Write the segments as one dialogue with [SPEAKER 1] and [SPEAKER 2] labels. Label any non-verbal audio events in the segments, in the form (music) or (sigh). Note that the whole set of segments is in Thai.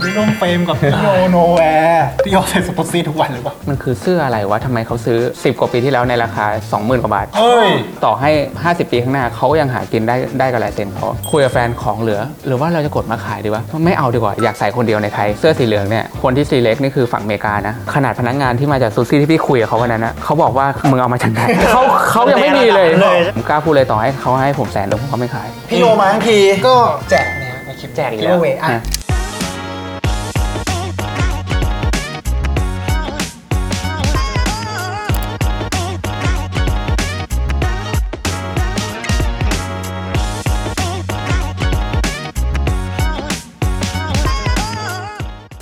[SPEAKER 1] น้องเฟรมกับพี่โยโนแวร์พี่โยใส่สปอร์ตซีทุกวันหรือเปล่า
[SPEAKER 2] มันคือเสื้ออะไรวะทำไมเขาซื้อ 10 กว่าปีที่แล้วในราคา 20,000 กว่าบาท
[SPEAKER 1] เอ้ย
[SPEAKER 2] ต่อให้ 50 ปีข้างหน้าเขายังหากินได้ได้กับลายเซ็นเขาคุยกับแฟนของเหลือ หรือว่าเราจะกดมาขายดีวะ ไม่เอาดีกว่า อยากใส่คนเดียวในไทย เสื้อสีเหลืองเนี่ย คนที่ซีเล็กนี่คือฝั่งอเมริกานะ ขนาดพนักงานที่มาจากซูซี่ที่พี่คุยกับเขาวันนั้นนะเขาบอกว่ามึงเอามาจากไหนเขาเขายังไม่มีเลย
[SPEAKER 3] เลย
[SPEAKER 2] ผมกล้าพูดเลยต่อให้เขาให้ผมแสนหนึ่งผมก็ไม่ขาย
[SPEAKER 3] พี่โยมาทั้งที
[SPEAKER 1] ก็แจกเนี่ยในคลิป
[SPEAKER 3] แจกอีกแล้ว
[SPEAKER 1] เวอ่ะ
[SPEAKER 2] อ่ะ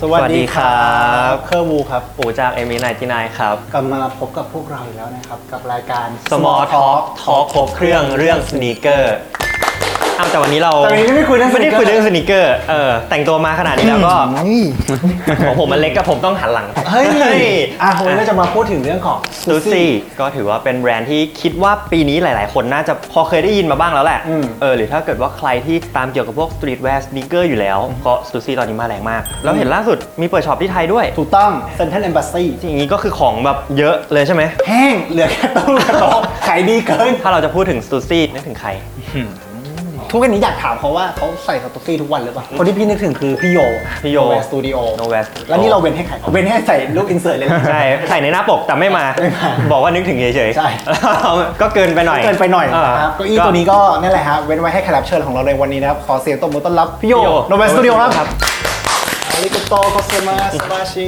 [SPEAKER 1] สวัสดีครับเคอร์บูครับ
[SPEAKER 3] ปู่จากเอมินายที่นายครับ
[SPEAKER 1] กลับมาพบกับพวกเราอีกแล้วนะครับ กับรายการ
[SPEAKER 3] Small Talk Talk ครบเครื่องเรื่องสนีกเกอร์อ้าวแต่วันนี้เรา
[SPEAKER 1] แต่วันนี้ไม่คุยเรื่อง
[SPEAKER 3] ไม่ได้คุยเรื่องสนีกเกอร์เออแต่งตัวมาขนาดนี้แล้วก็
[SPEAKER 1] นี่
[SPEAKER 3] ของผมมันเล็กกับผมต้องหันหลัง
[SPEAKER 1] เฮ้ย อ่ะวันนี้เราจะมาพูดถึงเรื่องของ
[SPEAKER 3] ซูซี่ก็ถือว่าเป็นแบรนด์ที่คิดว่าปีนี้หลาย ๆ คนน่าจะพอเคยได้ยินมาบ้างแล้วแหละ
[SPEAKER 1] อืม
[SPEAKER 3] เออหรือถ้าเกิดว่าใครที่ตามเกี่ยวกับพวกสตรีทแวร์สนีกเกอร์อยู่แล้วก็ซูซี่ตอนนี้มาแรงมากแล้วเห็นล่าสุดมีเปิดช็อปที่ไทยด้วย
[SPEAKER 1] ถูกต้องเซ็นทรัลเอมบ s สซี
[SPEAKER 3] อย่างนี้ก็คือของแบบเยอะเลยใช่ไหม
[SPEAKER 1] แห้งเหลือแค่ตู้กระ (laughs) โต๊ะขายดีเกิน
[SPEAKER 3] ถ้าเราจะพูดถึงซูซี่นึกถึงใคร
[SPEAKER 1] ทุกวันนี้อยากถามเขาว่าเขาใส่สต็อกซี่ทุกวันหรือเปล่า คนที่พี่นึกถึงคือพี่โย
[SPEAKER 3] พี่โย
[SPEAKER 1] สตูดิโอ
[SPEAKER 3] โนเวส
[SPEAKER 1] แล้วนี่เราเว้นให้ใครเว้นให้ใส่รูปอินเสิร์ตเลยนะ
[SPEAKER 3] ใช่ ใส่ในหน้าปกแต่ไม่มา
[SPEAKER 1] ไม่มา
[SPEAKER 3] บอกว่านึกถึงเฉยๆ
[SPEAKER 1] ใช่
[SPEAKER 3] ก็เกินไปหน่อย
[SPEAKER 1] เกินไปหน่อยนะครับ
[SPEAKER 3] เ
[SPEAKER 1] เก้าอี้ตัวนี้ก็นั่นแหละฮะเว้นไว้ให้แขกรับเชิญของเราในวันนี้นะครับ ขอเสียงตบมือต้อนรับพี่โย
[SPEAKER 3] พี่โย
[SPEAKER 1] โนเวสตูดิโอครับ
[SPEAKER 3] ครับ
[SPEAKER 1] อาริโกโตโกเซมาสมา (laughs) ชิ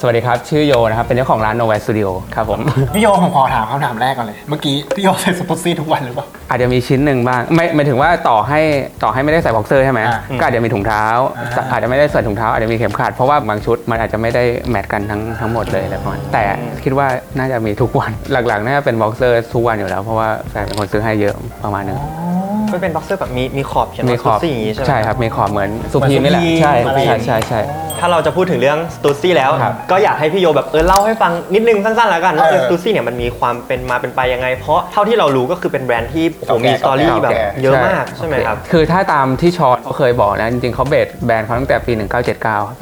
[SPEAKER 2] สวัสดีครับชื่อโยนะครับเป็นเจ้าของร้าน Nowhere Studio ครับผม
[SPEAKER 1] พี่โยผมขอถามคำถามแรกก่อนเลย เมื่อกี้พี่โยใส่สต็อกซี่ทุกวันหรือเปล่า
[SPEAKER 2] อาจจะมีชิ้นหนึ่งบ้างไม่หมายถึงว่าต่อให้ต่อให้ไม่ได้ใส่บ็อกเซอร์ใช่ไหม
[SPEAKER 1] อ่า
[SPEAKER 2] ก็อาจจะมีถุงเท้า
[SPEAKER 1] อ่า
[SPEAKER 2] อาจจะไม่ได้ใส่ถุงเท้าอาจจะมีเข็มขัดเพราะว่าบางชุดมันอาจจะไม่ได้แมทกันทั้งทั้งหมดเลยอะไรประมาณแต่คิดว่าน่าจะมีทุกวัน (laughs) หลักๆน่าจะเป็นบ็อกเซอร์ทุกวันอยู่แล้ว เพราะว่าแฟนเป็นคนซื้อให้เยอะประมาณหนึง
[SPEAKER 3] มันเป็นบ็อกเซอร์แบบมีมีขอบเขียน
[SPEAKER 2] มี
[SPEAKER 3] ว่า
[SPEAKER 2] ข
[SPEAKER 3] ซู
[SPEAKER 2] อบ
[SPEAKER 3] ซี่อย่างนี้ใช่ไหม
[SPEAKER 2] ใช่ครับมีขอบเหมือนสุพีมนี่แหละ
[SPEAKER 1] เหมือน Supreme อะไรอ
[SPEAKER 2] ใช่ใช่
[SPEAKER 1] ย่างนี้
[SPEAKER 2] ใช่ใช่
[SPEAKER 3] ถ้าเราจะพูดถึงเรื่องซูซี่แล้ว
[SPEAKER 2] ครับ
[SPEAKER 3] ก็อยากให้พี่โยแบบเออเล่าให้ฟังนิดนึงสั้นๆแล้วกันว่า
[SPEAKER 1] เออ
[SPEAKER 3] ซูซี่เนี่ยมันมีความเป็นมาเป็นไปยังไง เพราะเท่าที่เรารู้ก็คือเป็นแบรนด์ที่โอ้โห
[SPEAKER 1] เก่าแก่
[SPEAKER 3] มีสตอรี่
[SPEAKER 1] เก่าแก่
[SPEAKER 3] แบบเยอะมากใช่ไหมครับ
[SPEAKER 2] คือถ้าตามที่ชอนเขาเคยบอกนะจริงๆเขาเบสแบรนด์เขาตั้งแต่ปี 1979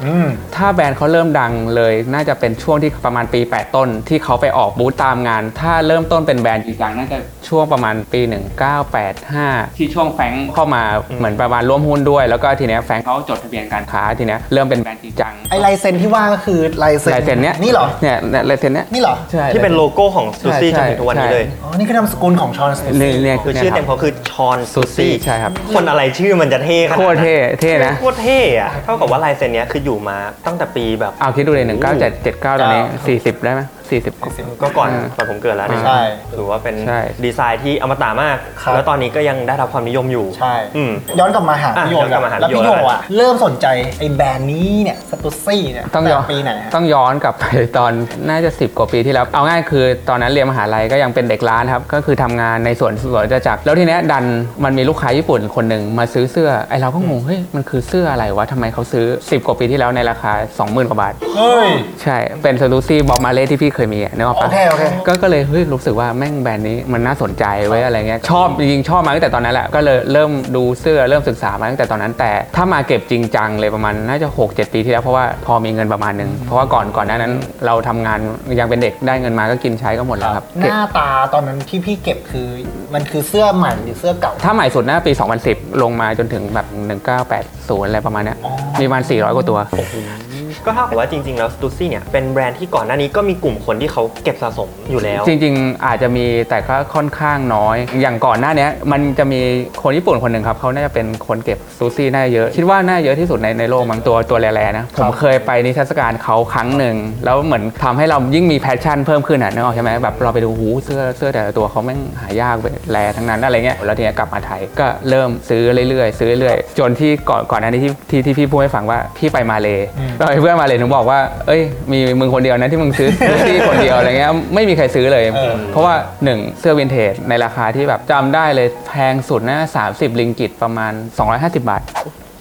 [SPEAKER 1] อืม
[SPEAKER 2] ถ้าแบรนด์เขาเริ่มดังเลยน่าจะเป็นช่วงที่ประมาณปี 8 ต้น ที่เขาไปออกบูธตามงาน ถ้าเริ่มต้นเป็นแบรนด์จริงจังน่าจะช่วงประมาณปี 1985 ที่ช่วงแฟรงค์เข้ามาเหมือนประมาณร่วมหุ้นด้วย แล้วก็ทีเนี้ยแฟรงค์เขาจดทะเบียนการค้าทีเนี้ยเริ่มเป็นแบรนด์จริงจัง
[SPEAKER 1] ไอลายเซ็นที่ว่าก็คือลายเซ็น
[SPEAKER 2] ลายเซ็นเนี้ย
[SPEAKER 1] นี่เหรอ
[SPEAKER 2] เนี่ยเนี่ยลายเซ็นเนี้ย
[SPEAKER 1] นี่เหรอ
[SPEAKER 2] ใช่
[SPEAKER 3] ที่เป็นโลโก้ของซูซี่จ
[SPEAKER 2] ใช่
[SPEAKER 3] นถึงทุกวันนี้
[SPEAKER 2] ใช่
[SPEAKER 3] เลย
[SPEAKER 1] อ๋อ นี่คือนามสกุลของชอนสเต
[SPEAKER 2] เนี่ยเนี่ย
[SPEAKER 3] คือชื่อเต็มเขาคือชอนซู
[SPEAKER 2] ซู
[SPEAKER 3] ซี่
[SPEAKER 2] ซี่ใช่ครับ
[SPEAKER 3] คนอะไรชื่อมันจะเท่ขนาด
[SPEAKER 2] โค
[SPEAKER 3] นั้น
[SPEAKER 2] ตรเท่เท่นะ
[SPEAKER 3] โคตรเท่อะเท่ากับว่าลายเซ็นเนี้ยคืออยู่มาตั้งแต่ปีแบบ
[SPEAKER 2] เอาคิดดูเลย1979ตอนนี้ 40 ได้ไหม40
[SPEAKER 3] ก็ก่อน
[SPEAKER 2] อ่า
[SPEAKER 3] ตอนผมเกิดแล้วเนี่ย
[SPEAKER 1] ใช่
[SPEAKER 3] ถือว่าเป็น
[SPEAKER 2] ใช่
[SPEAKER 3] ดีไซน์ที่อมตะมาก
[SPEAKER 1] ครับ
[SPEAKER 3] แล้วตอนนี้ก็ยังได้รับความนิยมอยู่
[SPEAKER 1] ใช่
[SPEAKER 3] อืม
[SPEAKER 1] ย้อนกลับมาหาพี่โย
[SPEAKER 3] อ่ะย้อนกลับมาหา
[SPEAKER 1] แล้ว
[SPEAKER 3] พี่
[SPEAKER 1] พี่
[SPEAKER 3] โย
[SPEAKER 1] โยอ่ะ เริ่มสนใจไอ้แบรนด์นี้เนี่ยสตูซี่เนี่ย
[SPEAKER 2] ต้องย้อน
[SPEAKER 1] แต่ปีไหนฮะ
[SPEAKER 2] ต้องย้อนกลับไปตอน (laughs) น่าจะ 10 กว่าปีที่แล้ว เอาง่ายคือตอนนั้นเรียนมหาลัยก็ยังเป็นเด็กร้านครับ ก็คือทำงานในสวนสวนจตุจักรแล้วทีเนี้ยดันมันมีลูกค้าญี่ปุ่นคนหนึ่งมาซื้อเสื้อไอเราก็งงเฮ้ยมันคือเสื้ออะไรวะทำไมเขาซื้อ 10 กว่าปีที่แล้วในราคา 20,000 กว่าบาท
[SPEAKER 1] เฮ้ย
[SPEAKER 2] ใช่ เป็นซาลูซี่บอบมาเล่ที่พี่เคยมีอะนึกออก
[SPEAKER 1] โอ
[SPEAKER 2] ปะ
[SPEAKER 1] เคโอเค
[SPEAKER 2] ก็ก็เลยเฮ้ยรู้สึกว่าแม่งแบรนด์นี้มันน่าสนใจไว้ยอะไรเงี้ยชอบจริงๆชอบมาตั้งแต่ตอนนั้นแหละก็เลยเริ่มดูเสื้อเริ่มศึกษามาตั้งแต่ตอนนั้น แต่ถ้ามาเก็บจริงจังเลยประมาณน่าจะ 6 7 ปีที่แล้วเพราะว่าพอมีเงินประมาณหนึง เพราะว่าก่อนก่อนหน้านั้นเราทำงานยังเป็นเด็กได้เงินมาก็กินใช้ก็หมดแล้วครับ
[SPEAKER 1] ห
[SPEAKER 2] เก็บ
[SPEAKER 1] น้าตาตอนนั้นที่พี่เก็บคือมันคือเสื้อใหม่หรือเสื้อเก่า
[SPEAKER 2] ถ้าใหม่สุดน่าปี 2010 ลงมาจนถึงแบบ 1980อะไรประมาณเนี้ยมีประมาณ400กว่าตัว
[SPEAKER 3] ก็เท่ากับว่าจริง ๆ แล้วสตูซี่เนี่ยเป็นแบรนด์ที่ก่อนหน้านี้ก็มีกลุ่มคนที่เขาเก็บสะสมอยู่แล้ว
[SPEAKER 2] จริงๆ อาจจะมีแต่ก็ค่อนข้างน้อย อย่างก่อนหน้าเนี้ยมันจะมีคนญี่ปุ่นคนหนึ่งครับเขาน่าจะเป็นคนเก็บซูซี่น่าจะเยอะ คิดว่าน่าจะเยอะที่สุดในในโลกบางตัวตัวแร่ๆนะ ผมเคยไปนิทรรศการเขาครั้งหนึ่ง แล้วเหมือนทำให้เรายิ่งมีแพชชั่นเพิ่มขึ้นอ่ะนึกออกใช่ไหมแบบเราไปดูหูเสื้อเสื้อแต่ละตัวเขาแม่งหายากไปแรทั้งนั้นอะไรเงี้ยแล้วทีเนี้ยกลับมาไทยก็เริ่มซื้อเรื่อยๆ ซื้อเรื่อยๆจนที่ก่อนก่อนหน้านี้ที่ที่ที่พี่พูดให้ฟังว่าพี่ไปมาเล
[SPEAKER 1] อืม
[SPEAKER 2] แล้วไอ้เพื่อนมาเลหนูบอกว่า เอ้ย มีมึงคนเดียวนะที่มึงซื้อ (laughs) ซูซี่คนเดียวอะไรเงี้ยไม่มีใครซื้อเลย
[SPEAKER 1] เออ
[SPEAKER 2] เพราะว่า 1 เสื้อวินเทจในราคาที่แบบจำได้เลยแพงสุดนะ30 ลิงกิตประมาณ 250 บาท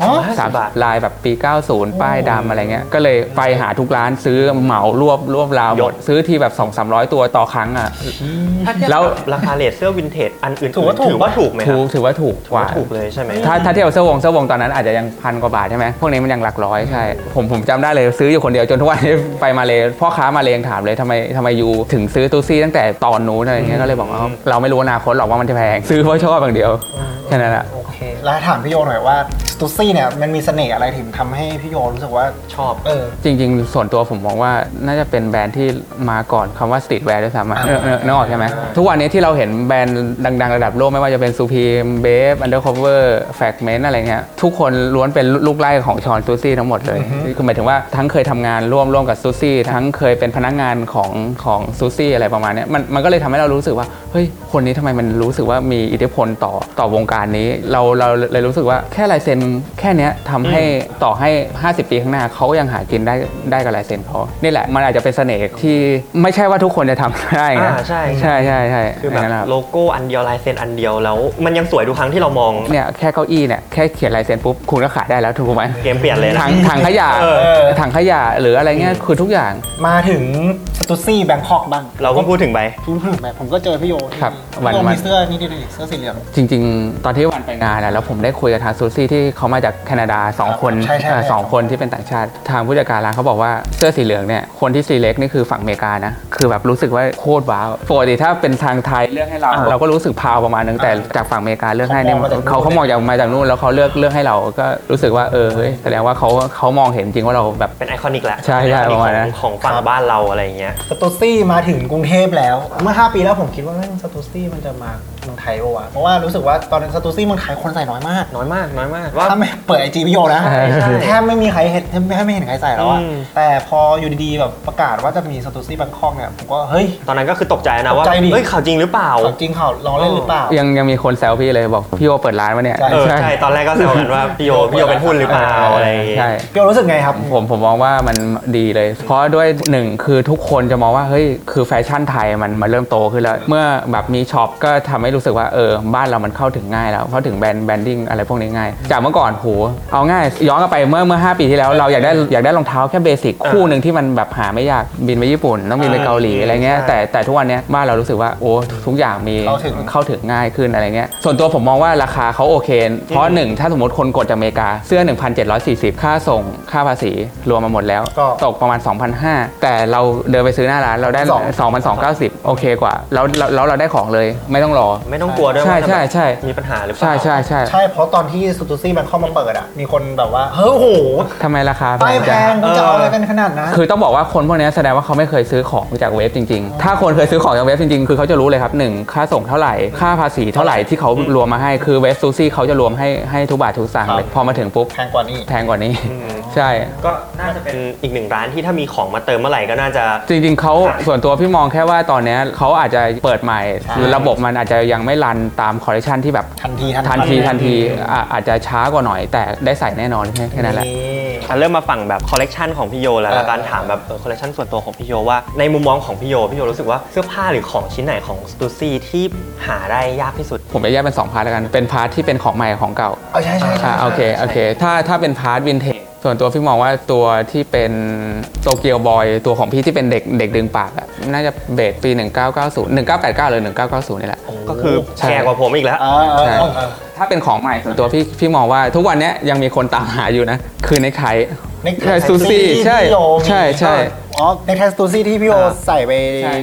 [SPEAKER 1] อ๋อ
[SPEAKER 3] สามบาท
[SPEAKER 2] ลายแบบปี 90 ป้ายดำอะไรเงี้ย ก็เลยไปหาทุกร้านซื้อเหมารวบรวบราวหมด
[SPEAKER 3] ยก
[SPEAKER 2] ซื้อทีแบบ 2 3 0 0 ตัวต่อครั้งอ่ะ
[SPEAKER 3] ถ้าเทียบ
[SPEAKER 2] แล้ว
[SPEAKER 3] กับราคาเลทเสื้อวินเทจอันอื่นๆ
[SPEAKER 1] ถือว่าถูก
[SPEAKER 3] ถือว่าถูกไหมค
[SPEAKER 2] ถู
[SPEAKER 3] รับ
[SPEAKER 2] กถือว่าถูกกว่า
[SPEAKER 3] ถูกเลยใช่ไหม
[SPEAKER 2] ถ้าถ้าเทียบเสื้อวงเสื้อวงตอนนั้นอาจจะยังพันกว่าบาทใช่ไหมพวกนี้มันยังหลักร้อยใช่ ผมผมจำได้เลยซื้ออยู่คนเดียวจนทุกวันนี้ไปมาเลยพ่อค้ามาเลงถามเลยทำไมทำไมยูถึงซื้อตู้ซี่ตั้งแต่ตอนนู้นอะไรเงี้ยก็เลยบอกว่าเราไม่รู้อนาคตหรอกว่ามันจะแพง (laughs) ซื้อเพราะชอบอย่างเดียวแค่นั้นแหละ
[SPEAKER 1] โอเค แล้วถามพี่โยหน่อยว่าสตูซี่เนี่ยมันมีเสน่ห์อะไรถึงทำให้พี่โยรู้สึกว่า
[SPEAKER 3] ชอบ
[SPEAKER 1] เออ
[SPEAKER 2] จริงๆ ส่วนตัวผมมองว่าน่าจะเป็นแบรนด์ที่มาก่อนคำว่าสตรีทแวร์ด้วยซ้ำอะเนอะเนอะนึกออกใช่ไหม ทุกวันนี้ที่เราเห็นแบรนด์ดัง ๆ ระดับโลกไม่ว่าจะเป็นซูพีมเบฟอันเดอร์คอเวอร์แฟกเมนต์อะไรเงี้ยทุกคนล้วนเป็นลูกไล่ของชอนซูซี่ทั้งหมดเลย คือหมายถึงว่าทั้งเคยทำงานร่วมร่วมกับซูซี่ทั้งเคยเป็นพนักงานของของซูซี่อะไรประมาณเนี้ยมันมันก็เลยทำให้เรารู้สึกว่าเฮ้ยคนนี้ทำไมมันรู้สึกว่ามีอิทธิพลต่อต่อวงการนี้ เราเราเลยรู้สึกว่าแค่ลายเซ็นแค่เนี้ยทำให้ ต่อให้ 50 ปีข้างหน้าเขายังหากินได้ได้กับลายเซ็นเขานี่แหละ มันอาจจะเป็นเสน่ห์ที่ไม่ใช่ว่าทุกคนจะทำได้นะ
[SPEAKER 3] อ่าใช่
[SPEAKER 2] ใช่ใช่ใช่
[SPEAKER 3] คือแบบ
[SPEAKER 2] ย่างนั้นนะครับ
[SPEAKER 3] โลโก้อันเดียวลายเซ็นอันเดียวแล้ว มันยังสวยทุกครั้งที่เรามอง
[SPEAKER 2] เนี่ยแค่เก้าอี้เนี่ยแค่เขียนลายเซ็นปุ๊บคุณก็ขายได้แล้วถูกไหม
[SPEAKER 3] เกมเปลี่ยนเลยนะ
[SPEAKER 2] ถังถังขยะ
[SPEAKER 3] เอ
[SPEAKER 1] อ
[SPEAKER 2] ถังขยะหรืออะไรเงี้ยคือทุกอย่าง
[SPEAKER 1] มาถึงสตูซี่แบงคอกบ้าง
[SPEAKER 3] เราก็พูดถึงไป
[SPEAKER 1] ผมถึงแบบผมก็เจอพี่โยที่
[SPEAKER 2] ครับวั
[SPEAKER 1] พี่
[SPEAKER 2] น
[SPEAKER 1] โย
[SPEAKER 2] วั
[SPEAKER 1] มี
[SPEAKER 2] น
[SPEAKER 1] เสื้อนี่ดิดิเสื้อสีเหลือง
[SPEAKER 2] จริง ๆ ตอนที่วันไปงานอะแล้วผมได้คุยกับทางซูซี่ที่เขามาจากแคนาดา 2 คน
[SPEAKER 1] ใช่ใช่
[SPEAKER 2] เอ่อ
[SPEAKER 1] ใช่
[SPEAKER 2] สองคนที่เป็นต่างชาติ ทางผู้จัดการร้านเขาบอกว่าเสื้อสีเหลืองเนี่ยคนที่ซีเล็กนี่คือฝั่งอเมริกานะ คือแบบรู้สึกว่าโคตรว้าวปกติถ้าเป็นทางไทยเลือกให้เรา
[SPEAKER 3] อ่า
[SPEAKER 2] เราก็รู้สึกพาวประมาณนึงแต่จากฝั่งอเมริกาเลือกให้เนี่ยเขาเขามองจากมาจากนู่นแล้วเขาเลือกเลือกให้เราก็รู้สึกว่าเออเฮ้ยแสดงว่าเขาเขามองเห็นจริงว่าเราแบบ
[SPEAKER 3] เป็นไอคอนิกแหละ
[SPEAKER 2] ใช่ใช่ประมาณนั้น
[SPEAKER 3] ของของฝั่งบ้านเราอะไรอย่างเงี้ย
[SPEAKER 1] สตูซี่มาถึงกรุงเทพแล้ว เมื่อ 5 ปีแล้วผมคิดว่าแม่งสตูซี่มันจะมาเมืองไทยปะวะเพราะว่ารู้สึกว่าตอนนั้นสตูซี่เมืองไทยคนใส่น้อยมาก
[SPEAKER 3] น้อยมากน้อยมากว่า
[SPEAKER 1] ถ้าไม่เปิดไอจีพี่โยนะ
[SPEAKER 2] ใช่ใช่
[SPEAKER 1] แทบไม่มีใครเห็นแทบไม่เห็นใครใส่แล้วอะ
[SPEAKER 3] อืม
[SPEAKER 1] แต่พออยู่ดีๆแบบประกาศว่าจะมีสตูซี่แบงคอกเนี่ยผมก็เฮ้ย
[SPEAKER 3] ตอนนั้นก็คือตกใจนะว่า
[SPEAKER 1] ตกใจดิ
[SPEAKER 3] เฮ้ยข่าวจริงหรือเปล่า
[SPEAKER 1] ของจริงเขาล้อเล่นหรือเปล่า
[SPEAKER 2] ยังยังมีคนแซวพี่เลยบอกพี่โอเปิดร้านวะเนี่ย
[SPEAKER 1] ใช่
[SPEAKER 3] เออใช่ตอนแรกก็แซวกันว่าพี่โยพี่โยเป็นหุ้นหรือเปล่าอะไรอย่างเงี้ย
[SPEAKER 2] ใช่
[SPEAKER 1] พี่โยรู้สึกไงครับ
[SPEAKER 2] ผมผมมองว่ามันดีเลย เพราะด้วยหนึ่งคือทุกคนจะมองว่าเฮ้ยคือแฟชั่นไทยมันมาเริ่มโตขึ้นแล้ว เมื่อแบบมีช็อปก็ทำให้รู้สึกว่าเออบ้านเรามันเข้าถึงง่ายแล้ว เพราะถึงแบรนด์แบรนดิ้งอะไรพวกนี้ง่าย จากเมื่อก่อนโหเอาง่าย ย้อนกลับไปเมื่อเมื่อ 5 ปีที่แล้วเราอยากได้อยากได้รองเท้าแค่เบสิกคู่หนึ่งที่มันแบบหาไม่ยากบินไปญี่ปุ่นต้องบินไปเกาหลีอะไรเงี้ย
[SPEAKER 3] ใช่
[SPEAKER 2] แต่แต่ทุกวันเนี้ยบ้านเรารู้สึกว่าโอ้ทุกอย่างมี
[SPEAKER 1] เข้าถึง
[SPEAKER 2] เข้าถึงง่ายขึ้นอะไรเงี้ยส่วนตัวผมมองว่าราคาเขาโอเค เพราะหนึ่งถ้าสมมติคนกดจากอเมริกาเสื้อ 1,740 ค่าส่งค่าภาษีรวมมาหมดแล้ว
[SPEAKER 1] ก็
[SPEAKER 2] ตกประมาณ 2,500 แต่เราเดินไปซื้อหน้าร้านเราได้
[SPEAKER 1] 2,200
[SPEAKER 2] 2,290 โอเคกว่า แล้วแล้วแล้วเราได้ของเลยไม่ต้องรอ
[SPEAKER 3] ไม่ต้องกลัวด้วย
[SPEAKER 2] ใช่
[SPEAKER 3] ว่าจะ
[SPEAKER 2] ใช่
[SPEAKER 3] แบบ
[SPEAKER 2] ใช่
[SPEAKER 3] มีปัญหาหรือเปล่า
[SPEAKER 2] ใช่ใช่ใช่
[SPEAKER 1] ใช่เพราะตอนที่สตูซี่แบงคอกมันเปิดอะมีคนแบบว่าเฮ้ยโอ้โห
[SPEAKER 2] ทำไมราคาแพ
[SPEAKER 1] ป้าย
[SPEAKER 2] ง
[SPEAKER 1] แพ
[SPEAKER 2] จัง
[SPEAKER 1] งคุณจะเอาอะไรกันขนาดนั้น
[SPEAKER 2] คือต้องบอกว่าคนพวกเนี้ยแสดงว่าเขาไม่เคยซื้อของจากเว็บจริง ๆ ถ้าคนเคยซื้อของจากเว็บจริง ๆ คือเขาจะรู้เลยครับหนึ่งค่าส่งเท่าไหร่ ค่าภาษีเท่าไหร่ที่เขารวมมาให้ คือเว็บซูซี่เขาจะรวมให้ให้ทุกบาททุกสตางค์เลย พอมาถึงปุ๊บ
[SPEAKER 1] แพงกว่านี้
[SPEAKER 2] แพงกว่านี้ ใช่
[SPEAKER 3] ก็น่าจะเป็นอีกหนึ่งร้านที่ถ้ามีของมาเติมเมื่อไหร่ก็น่าจะ
[SPEAKER 2] จริง ๆเขาส่วนตัวพี่มองแค่ว่าตอนเนี้ยเขาอาจจะเปิดใหม่
[SPEAKER 1] ใช่
[SPEAKER 2] ระบบมันอาจจะยังไม่รันตามคอลเลคชันที่แบบ
[SPEAKER 1] ทันที
[SPEAKER 2] ทันทีทันทีอ่ะอาจจะช้ากว่าหน่อย แต่ได้ใส่แน่นอนแค่แค่นั้นแหละ
[SPEAKER 1] นี่
[SPEAKER 3] อ่ะเริ่มมาฝั่งแบบคอลเลกชันของพี่โยแล้ว
[SPEAKER 1] เออ
[SPEAKER 3] แล้วการถามแบบคอลเลกชันส่วนตัวของพี่โยว่าในมุมมองของพี่โยพี่โยรู้สึกว่าเสื้อผ้าหรือของชิ้นไหนของสตูซี่ที่หาได้ยากที่สุด
[SPEAKER 2] ผมจะแยกเป็นสองพาร์ทแล้วกัน เป็นพาร์ทที่เป็นของใหม่ของเก่า
[SPEAKER 1] เอาใช่ใช่ใช่
[SPEAKER 2] อ่าโอเคโอเคถ้าถ้าเป็นพาร์ทวินเทจส่วนตัวพี่มองว่าตัวที่เป็นโตเกียวบอยตัวของพี่ที่เป็นเด็กเด็กดึงปากอะน่าจะเบสปี 1990 1989หรือ1990 นี่แหละ
[SPEAKER 3] ก็คือ
[SPEAKER 2] ใช่
[SPEAKER 3] แก่กว่าผมอีกแล้ว
[SPEAKER 1] เออเออเออเออ
[SPEAKER 2] ถ้าเป็นของใหม่ส่วนตัวพี่พี่มองว่าทุกวันเนี้ยยังมีคนตามหาอยู่นะ คือในไทย
[SPEAKER 1] เน็กไท
[SPEAKER 2] ใช่
[SPEAKER 1] ส
[SPEAKER 2] ซู
[SPEAKER 1] ตู
[SPEAKER 2] ซี่
[SPEAKER 1] ซี่ที่
[SPEAKER 2] ใช่
[SPEAKER 1] พี่โยมี
[SPEAKER 2] ใช่ใช่
[SPEAKER 1] อ๋อเน็กไทสตูซี่ที่พี่โยใส่ไป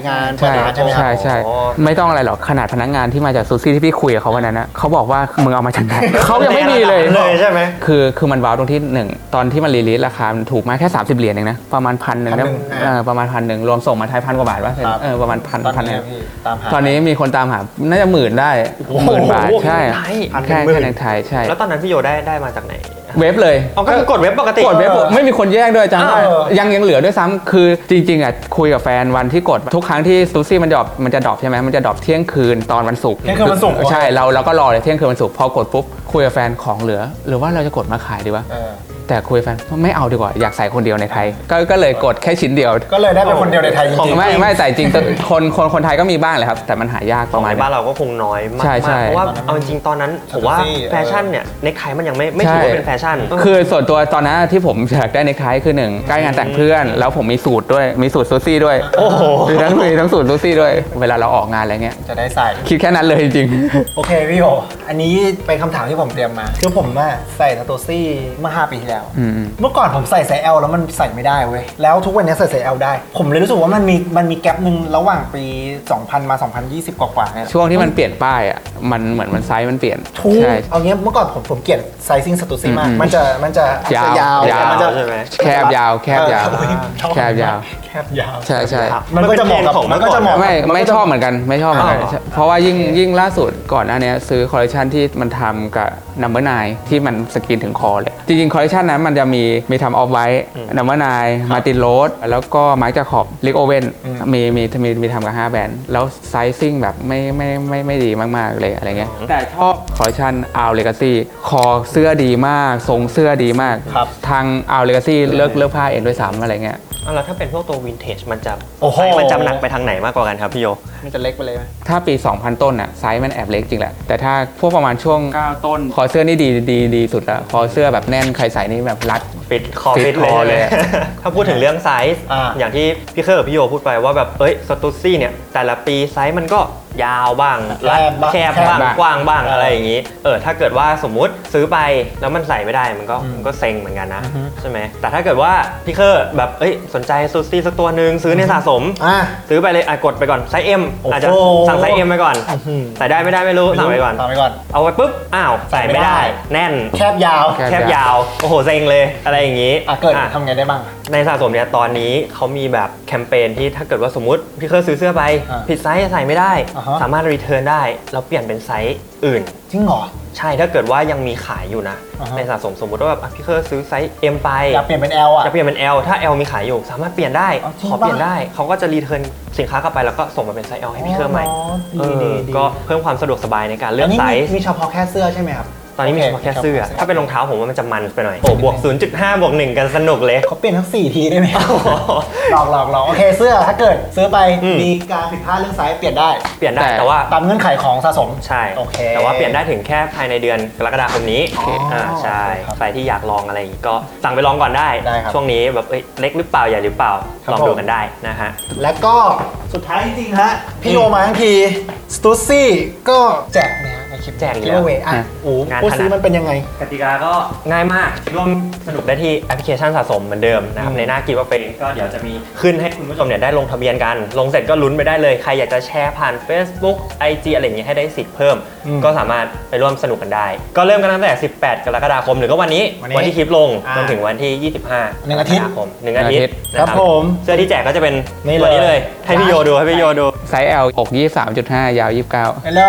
[SPEAKER 1] งานเปิด
[SPEAKER 2] ใช่
[SPEAKER 1] ร้านใช่ไหมครั
[SPEAKER 2] ใช่
[SPEAKER 1] บ
[SPEAKER 2] ใช่
[SPEAKER 3] อ๋อ
[SPEAKER 2] ไม่ต้องอะไรหรอกขนาดพนักงานที่มาจากซูซี่ที่พี่คุยกับเขาวันนั้นนะเขาบอกว่ามึงเอามาจากไหน เขายังไม่มีเลย
[SPEAKER 3] เลยใช่ไหม
[SPEAKER 2] คือคือมันว้าวตรงที่ 1 ตอนที่มันรีลิสราคามันถูกมากแค่ 30 เหรียญเองนะ ประมาณพันหนึ่งนะ
[SPEAKER 1] 1,100
[SPEAKER 2] เออประมาณพันหนึ่งรวมส่งมาไทยพันกว่าบาทวะ
[SPEAKER 1] ครับ
[SPEAKER 2] เออประมาณพัน
[SPEAKER 1] ตอน
[SPEAKER 2] พันห
[SPEAKER 1] นี้
[SPEAKER 2] นึ่ง
[SPEAKER 1] พี่ตามหา
[SPEAKER 2] ตอนนี้มีคนตามหา น่าจะหมื่นได้
[SPEAKER 3] โอ้โห
[SPEAKER 2] หมื่นบาท ใช่
[SPEAKER 3] ไทย
[SPEAKER 2] แค่
[SPEAKER 1] หมื่
[SPEAKER 2] แค่
[SPEAKER 1] น
[SPEAKER 2] ในไทยใช่
[SPEAKER 3] แล้วตอนนั้นพี่โยได้ได้มาจากไหน
[SPEAKER 2] เว็บเลย
[SPEAKER 3] เอาก็คือกดเว็บปกติ
[SPEAKER 2] กดเว็บผมไม่มีคนแย่งด้วยจำได้
[SPEAKER 1] อ้าว
[SPEAKER 2] ยังยังเหลือด้วยซ้ำคือจริงๆอ่ะคุยกับแฟนวันที่กดทุกครั้งที่ซูซี่มันดรอปมันจะดรอปใช่ไหมมันจะดรอปเที่ยงคืนตอนวันศุกร์
[SPEAKER 1] เที่ยงคืนวันศุกร์
[SPEAKER 2] ใช่เราเราก็รอเลยเที่ยงคืนวันศุกร์พอกดปุ๊บคุยกับแฟนของเหลือ หรือว่าเราจะกดมาขายดีวะ
[SPEAKER 1] เออ
[SPEAKER 2] แต่คุยแฟนไม่เอาดีกว่าอยากใส่คนเดียวในไทย ก็ก็เลยกดแค่ชิ้นเดียว
[SPEAKER 1] ก็เลยได้เป็นคนเดียวในไทยจ
[SPEAKER 3] ของ
[SPEAKER 1] ริง
[SPEAKER 2] ไม่ไม่แต่จริงๆคนคนคนไทยก็มีบ้างแหละครับ แต่มันหายากป
[SPEAKER 3] ขอ
[SPEAKER 2] ระ
[SPEAKER 3] ง
[SPEAKER 2] มาณ
[SPEAKER 3] ในบ้านเราก็คงน้อยมา
[SPEAKER 2] ใช่
[SPEAKER 3] ก
[SPEAKER 2] ใช่
[SPEAKER 3] ๆเพราะว่าเอาจริงๆตอนนั้นผมว่าแฟชั่นเนี่ยเนคไทมันยังไม่ไม่ถือว่าเป็นแฟชั่น
[SPEAKER 2] คือส่วนตัวตอนนั้นที่ผมอยากได้เนคไทคือหนึ่งใกล้งานแต่งเพื่อน แล้วผมมีสูตรด้วยมีสูตรซูซี่ด้วย
[SPEAKER 3] โอ้โห
[SPEAKER 2] มีทั้งมีทั้งสูตรซูซี่ด้วย เวลาเราออกงานอะไรเงี้ย
[SPEAKER 1] ๆจะได้ใส่
[SPEAKER 2] คิดแค่นั้นเลยจริง
[SPEAKER 1] โอเคพี่โออันนี้เป็นคำถามที่ผมเตรียมมา คือผมอะใส่สตูซี่เมื่อ 5 ปีที่แล้ว
[SPEAKER 2] อืม
[SPEAKER 1] เมื่อก่อนผมใส่สาย L แล้วมันใส่ไม่ได้เว้ย แล้วทุกวันนี้ใส่สาย L ได้ ผมเลยรู้สึกว่ามันมีมันมีแกลบหนึ่งระหว่างปี 2000 มา 2020 กว่าๆเนี่ย
[SPEAKER 2] ช่วงที่มันเปลี่ยนป้ายอ่ะมันเหมือนมันไซส์มันเปลี่ยน
[SPEAKER 1] ทูก
[SPEAKER 2] ใช่
[SPEAKER 1] เอางี้เมื่อก่อนผมผมเกลียดไซซิ่งสตูซี่มาก
[SPEAKER 2] อืม
[SPEAKER 1] มันจะมันจะ
[SPEAKER 2] ยาว
[SPEAKER 1] จะยาวย
[SPEAKER 2] าว
[SPEAKER 1] มันจะ
[SPEAKER 3] ใช่ไหม
[SPEAKER 2] แคบยาวแคบยาว
[SPEAKER 1] เออ
[SPEAKER 2] แคบยาว
[SPEAKER 1] แคบยาว
[SPEAKER 2] ใช่ใช่
[SPEAKER 3] ครับ
[SPEAKER 1] มันก็จะเหมาะกับ
[SPEAKER 3] มันเป็นเทรน
[SPEAKER 1] มันก็จะ
[SPEAKER 3] ด์ของ
[SPEAKER 1] เหมาะกับ
[SPEAKER 2] ไม่
[SPEAKER 1] น
[SPEAKER 2] ไม่
[SPEAKER 1] ก็จะ
[SPEAKER 2] ชอบเหมือนกันไม่ชอบเหมือนกัน
[SPEAKER 3] อ้าว
[SPEAKER 2] ใช่เพราะว่ายิ่งยิ่งล่าสุดก่อนหน้าเนี้ยซื้อคอลเลคชันที่มันทำกับนัมเบอร์นที่มันสกรีนถึงคอเลย จริงๆคอลเลคชันนั้นมันจะมีมีทำออฟไว้นัมเบอร์นมาตินโรสแล้วก็ไมค์จาขอบลิกโอเวนมีมีมีมีทำกับ 5 แบรนด์ แล้วไซซิ่งแบบไม่ไม่ไม่ไม่ดีมาก ๆ เลยอะไรเงี้ยแต่ชอบคอลเลคชันอาร์เลกาซี่คอเสื้อดีมาก ทรงเสื้อดีมาก
[SPEAKER 1] ครับ
[SPEAKER 2] ทางอาร์เลกาซี่เลิกเลิกผ้าเองด้วยซ้ำอะไรเงี้ย
[SPEAKER 3] อ่ะแล้วถ้าเป็นพวกตัววินเทจมันจะ
[SPEAKER 1] โอ้โห
[SPEAKER 3] ไซส์มันจะหนักไปทางไหนมากกว่ากันครับพี่โย
[SPEAKER 1] มันจะเล็กไปเลยไหม
[SPEAKER 2] ถ้าปี 2000 ต้นน่ะไซส์มันแอบเล็กจริงแหละ แต่ถ้าพวกประมาณช่วง 9 ต้น คอเสื้อนี่ดีดีดีสุดละคอเสื้อแบบแน่นใครใส่นี่แบบรัด
[SPEAKER 3] ปิดคอ
[SPEAKER 2] ปิ
[SPEAKER 3] ปิ
[SPEAKER 2] ด
[SPEAKER 3] ด
[SPEAKER 2] ค
[SPEAKER 3] ค
[SPEAKER 2] อ
[SPEAKER 3] อ
[SPEAKER 2] เล
[SPEAKER 3] เลย ย (laughs) ถ้าพูดถึงเรื่องไซส์
[SPEAKER 1] อ่า
[SPEAKER 3] อย่างที่พี่เคอร์กับพี่โยพูดไปว่าแบบเอ้ยสตูซี่เนี่ย แต่ละปีไซส์มันก็ยาวบ้างรัดแคบบ้างกว้างบ้างอะไรอย่างนี้ เออถ้าเกิดว่าสมมุติซื้อไปแล้วมันใส่ไม่ได้มันก็มันก็เซ็งเหมือนกันนะ ใช่ไหมแต่ถ้าเกิดว่าพี่เคอร์แบบเอ้ยสนใจสตูซี่สักตัวหนึ่งซื้อในสะสม
[SPEAKER 1] อ่ะ
[SPEAKER 3] ซื้อไปเลยอ่ะกดไปก่อนไซส์เอ็มอาจจะ
[SPEAKER 1] โอ้โห
[SPEAKER 3] สั่งไซส์เอ็มไปก่อน
[SPEAKER 1] อื้อหือ
[SPEAKER 3] ใส่ได้ไม่ได้ไม่รู้สั่งไปก่อน
[SPEAKER 1] ต่อไปก่อน
[SPEAKER 3] เอาไปปุ๊บอ้าวใส่ไม่ได้
[SPEAKER 1] ใส่ไม่ได้
[SPEAKER 3] แน่น
[SPEAKER 1] แคบยาว
[SPEAKER 2] แค
[SPEAKER 3] แคบยาวโอ้โหเซ็งเลยอะไรอย่างนี้
[SPEAKER 1] อ่ะเกิด
[SPEAKER 3] อ่ะ
[SPEAKER 1] ทำไงได้บ้าง
[SPEAKER 3] ในสะสมเนี่ยตอนนี้เขามีแบบแคมเปญที่ถ้าเกิดว่าสมมติพี่เคยซื้อเสื้อไป
[SPEAKER 1] อ่า
[SPEAKER 3] ผิดไซส์ใส่ไม่ได้
[SPEAKER 1] อ่าฮะ
[SPEAKER 3] สามารถรีเทิร์นได้แล้วเปลี่ยนเป็นไซส์อื่น
[SPEAKER 1] จริงเหรอ
[SPEAKER 3] ใช่ถ้าเกิดว่ายังมีขายอยู่นะ
[SPEAKER 1] อ่าฮะ
[SPEAKER 3] ในสะสมสมมติว่าแบบอ่ะพี่เคยซื้อไซส์ M ไป
[SPEAKER 1] อยากเปลี่ยนเป็น L อ่ะ
[SPEAKER 3] จะเปลี่ยนเป็น L ถ้า L มีขายอยู่ สามารถเปลี่ยนได้
[SPEAKER 1] อ๋อจริง
[SPEAKER 3] ขอเปลี่ยน
[SPEAKER 1] ปะ
[SPEAKER 3] ได้เขาก็จะรีเทิร์นสินค้ากลับไปแล้วก็ส่งมาเป็นไซส์ L ให้พี่เคยใหม่
[SPEAKER 1] อ๋
[SPEAKER 3] เอ
[SPEAKER 1] อดี
[SPEAKER 3] อ
[SPEAKER 1] ดี
[SPEAKER 3] ก็เพิ่มความสะดวกสบายในการเลื
[SPEAKER 1] อั
[SPEAKER 3] อนก
[SPEAKER 1] นี้
[SPEAKER 3] ไซ
[SPEAKER 1] มี
[SPEAKER 3] ส์
[SPEAKER 1] มีเฉพาะแค่เสื้อใช่ไหมครับ
[SPEAKER 3] ตอนนี้มีเฉพาะแค่เสื้อ ถ้าเป็นรองเท้าผมว่ามันจะมันไปหน่อย โอ้บวก 0.5 บวก 1 กันสนุกเลย
[SPEAKER 1] เขาเปลี่ยนทั้ง4ทีได้ไหมหลอกหลอกหลอกโอเคเสื้อถ้าเกิดซื้อไป
[SPEAKER 3] อืม
[SPEAKER 1] มีการผิดพลาดเรื่องไซส์เปลี่ยนได้
[SPEAKER 3] (laughs) เปลี่ยนได้
[SPEAKER 2] แต่
[SPEAKER 3] แต่ว่า
[SPEAKER 1] ตามเงื่อนไขของสะสม
[SPEAKER 3] ใช่
[SPEAKER 1] โอเค
[SPEAKER 3] แต่ว่าเปลี่ยนได้ถึงแค่ภายในเดือนกรกฎาคมนี้
[SPEAKER 1] อ๋ออ่
[SPEAKER 3] ่าใช่
[SPEAKER 1] ครับ
[SPEAKER 3] ใครที่อยากลองอะไรอย่างงี้ก็สั่งไปลองก่อนได้
[SPEAKER 1] ได้ครับ
[SPEAKER 3] ช่วงนี้แบบเอ้ยเล็กหรือเปล่าใหญ่หรือเปล่า
[SPEAKER 1] ครับ
[SPEAKER 3] ลองดูกันได้นะฮะ
[SPEAKER 1] และก็สุดท้ายจริงๆฮะพี่โยมาทั้งทีสตูซี่ก็แจกเนี่ยในคลิป
[SPEAKER 3] แจกอยู่
[SPEAKER 1] กิฟ
[SPEAKER 3] แล้ว
[SPEAKER 1] ต์เวอ่ะ
[SPEAKER 2] อ่ะ
[SPEAKER 1] โอ้โห
[SPEAKER 3] งาน
[SPEAKER 1] ผู้ซื้อ
[SPEAKER 3] ขนาด
[SPEAKER 1] มันเป็นยังไง
[SPEAKER 3] กติกาก็ง่ายมาก ร่วมสนุกได้ที่แอปพลิเคชันสะสมเหมือนเดิมนะครับ ในหน้ากีว่าเป็นก็เดี๋ยวจะมีขึ้นให้คุณผู้ชมเนี่ยได้ลงทะเบียนกัน ลงเสร็จก็ลุ้นไปได้เลย ใครอยากจะแชร์ผ่าน Facebook IG อะไรอย่างเงี้ยให้ได้สิทธิ์เพิ่ม
[SPEAKER 1] อืม
[SPEAKER 3] ก็สามารถไปร่วมสนุกกันได้ ก็เริ่มกันตั้งแต่ 18 กรกฎาคม หรือก็วันนี้
[SPEAKER 1] วันนี้
[SPEAKER 3] วันที่คลิปลง
[SPEAKER 1] อ่า
[SPEAKER 3] จนถึงวันที่ 25
[SPEAKER 1] หนึ่งอาทิตย์
[SPEAKER 3] กรกฎคมหนึ่งอาทิตย์
[SPEAKER 1] ครับ
[SPEAKER 3] นะ
[SPEAKER 1] ผม
[SPEAKER 3] เสื้อที่แจกก็จะเป็น
[SPEAKER 1] นี่เลย
[SPEAKER 3] ตัวนี้เลยให้พี่โยดูให้พี่โยดู
[SPEAKER 2] ไซส์ L อก 23.5 ยาว 29
[SPEAKER 1] ฮัลโหล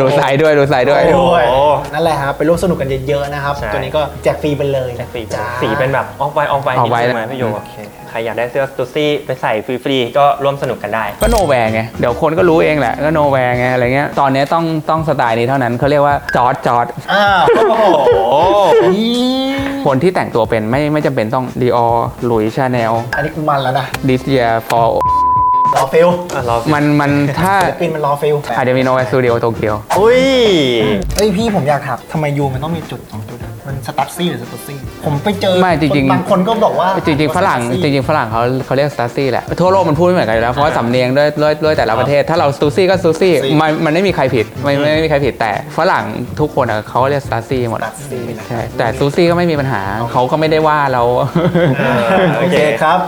[SPEAKER 2] ดูไซส์ด้วยดูไซส์ด้วย
[SPEAKER 1] โอ้โห
[SPEAKER 3] โอ้
[SPEAKER 1] นั่นแหละครับไปร่วมสนุกกันเยอะๆนะครับ
[SPEAKER 3] ใช่
[SPEAKER 1] ตัวนี้ก็แจกฟรีไปเลย
[SPEAKER 3] แจ็คสี
[SPEAKER 1] จ้า
[SPEAKER 3] สีเป็นแบบออกไวออกไว
[SPEAKER 2] ออกไว้
[SPEAKER 3] นิดนึงไหมพี่โย
[SPEAKER 2] โอเค
[SPEAKER 3] ใครอยากได้เสื้อสตูซี่ไปใส่ฟรีๆก็ร่วมสนุกกันได้
[SPEAKER 2] ก็โนแวร์ไง เดี๋ยวคนก็รู้เองแหละก็โนแวร์ไงอะไรเงี้ยตอนนี้ต้องต้องสไตล์นี้เท่านั้นเขาเรียกว่าจอดจอด
[SPEAKER 1] อ้าว
[SPEAKER 3] โอ้โห
[SPEAKER 2] คนที่แต่งตัวเป็นไม่ไม่จำเป็นต้องดีออหลุยชาแนล
[SPEAKER 1] อันนี้กูมันแล้วนะ
[SPEAKER 2] ดิสเยียฟอร์
[SPEAKER 1] รอฟิล
[SPEAKER 3] เรา
[SPEAKER 2] มันมันถ้า
[SPEAKER 1] ศิลปินมันรอฟิล
[SPEAKER 2] อาจจะมีโนแวร์สตูดิโอโตเกียว
[SPEAKER 3] อุ้ย
[SPEAKER 1] เอ้ยพี่ผมอยากถามทำไมยูมันต้องมีจุดสองจุดอะมันสตัตซี่หรือสตัตซี่ ผมไปเจอ
[SPEAKER 2] ไม่จริงๆ
[SPEAKER 1] บางคนก็บอกว่า
[SPEAKER 2] จริงๆฝรั่งจริงๆฝรั่งเขาเขาเรียกสตูซี่แหละทั่วโลกมันพูดไม่เหมือนกันอยู่แล้วเพราะว่าสำเนียงด้วยด้วยด้วยแต่ละประเทศ ถ้าเราสตูซี่ก็สตูซี่มันมันไม่มีใครผิดไม่ไม่ไม่มีใครผิดแต่ฝรั่งทุกคนอะเขาเรียกสตูซี่หม
[SPEAKER 1] ส
[SPEAKER 2] ด
[SPEAKER 1] ตัตซี่นะ
[SPEAKER 2] ใช่แต่สตูซี่ก็ไม่มีปัญหาเขาก็ไม่ได้ว่าเรา
[SPEAKER 3] เออ
[SPEAKER 1] โอเคครับ